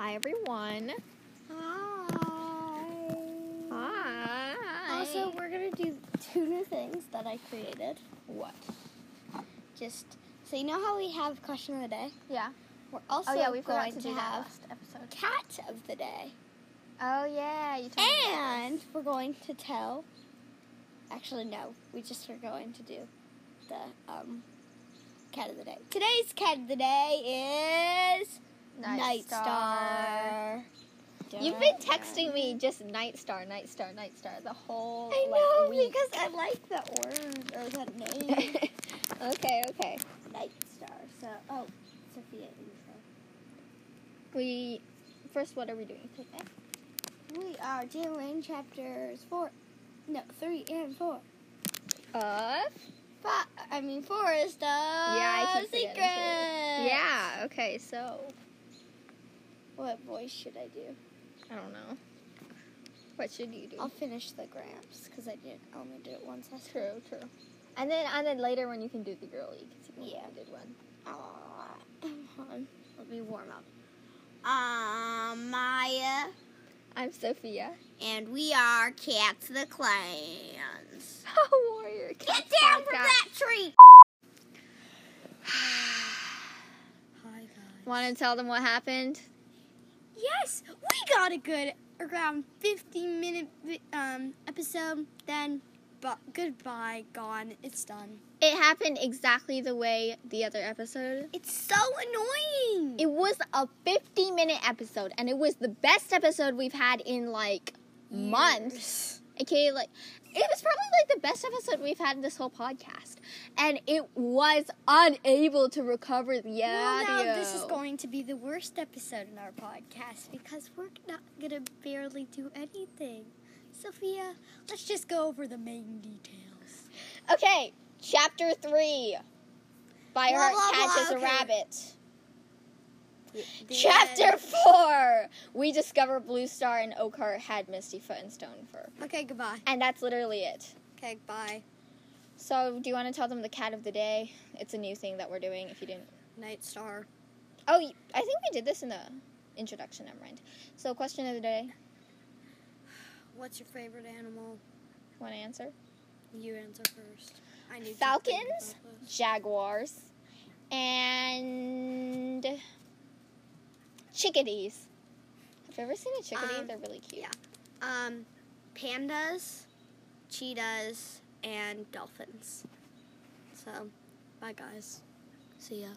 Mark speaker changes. Speaker 1: everyone. Hi.
Speaker 2: Also, we're gonna do two new things that I created.
Speaker 1: what?
Speaker 2: Just so you know how we have question of the day.
Speaker 1: Yeah.
Speaker 2: We're also
Speaker 1: oh yeah, we forgot
Speaker 2: going
Speaker 1: to do that
Speaker 2: have
Speaker 1: last episode.
Speaker 2: cat of the day,
Speaker 1: Oh yeah, you told me. about
Speaker 2: and we're going to tell. Actually, no, we just are going to do the um, cat of the day. Today's cat of the day is
Speaker 1: this. Night Star.
Speaker 2: Star.
Speaker 1: You've been texting me just Night Star, Night Star, Night Star the whole
Speaker 2: I know
Speaker 1: like, week.
Speaker 2: because I like the word or the name.
Speaker 1: okay, okay.
Speaker 2: Night Star. So, oh, Sophia intro.
Speaker 1: We first, what are we doing today?
Speaker 2: We are doing chapters four, no, three and four.
Speaker 1: Of
Speaker 2: Five, I mean, Forest of
Speaker 1: I
Speaker 2: yeah,
Speaker 1: keep forgetting
Speaker 2: Secrets.
Speaker 1: to- yeah. Okay, so
Speaker 2: What voice should I do?
Speaker 1: I don't know. What should you do?
Speaker 2: I'll finish the Gramps because I did I only did it once last time.
Speaker 1: True, true. And then and then later when you can do the girl, you can see when
Speaker 2: Yeah.
Speaker 1: you did one.
Speaker 2: Aw, Come on, let me warm up. I'm Maya,
Speaker 1: I'm Sophia.
Speaker 2: and we are Cats of the Clans.
Speaker 1: warrior.
Speaker 2: Get
Speaker 1: cats
Speaker 2: down
Speaker 1: like
Speaker 2: from
Speaker 1: that.
Speaker 2: that tree! Hi, guys.
Speaker 1: Want to tell them what happened?
Speaker 3: Yes, we got a good around 15 minute vi- um, episode. Then, bu- goodbye, gone, it's done.
Speaker 1: It happened exactly the way the other episode.
Speaker 3: It's so annoying.
Speaker 1: It was a 50 minute episode, and it was the best episode we've had in like months. Okay, like it was probably like the best episode we've had in this whole podcast, and it was unable to recover the
Speaker 3: well, now
Speaker 1: audio.
Speaker 3: this is going to be the worst episode in our podcast because we're not gonna barely do anything. Sophia, let's just go over the main details.
Speaker 1: Okay, chapter three.
Speaker 3: blah,
Speaker 1: Fireheart
Speaker 3: blah,
Speaker 1: catches
Speaker 3: okay.
Speaker 1: a rabbit. Chapter four. We discover Blue Star and Oakhart had Misty Foot and Stone Fur,
Speaker 3: Okay, goodbye.
Speaker 1: and that's literally it.
Speaker 3: Okay, bye.
Speaker 1: So, do you want to tell them the cat of the day? It's a new thing that we're doing. If you didn't,
Speaker 3: Night Star.
Speaker 1: oh, y- I think we did this in the introduction. Never mind. So, question of the day.
Speaker 3: What's your favorite animal?
Speaker 1: Want to answer?
Speaker 3: You answer first. I need
Speaker 1: Falcons, jaguars, and chickadees. Have you ever seen a chickadee?
Speaker 3: Um,
Speaker 1: They're really cute.
Speaker 3: yeah. Um, pandas, cheetahs, and dolphins. So, bye guys. See ya.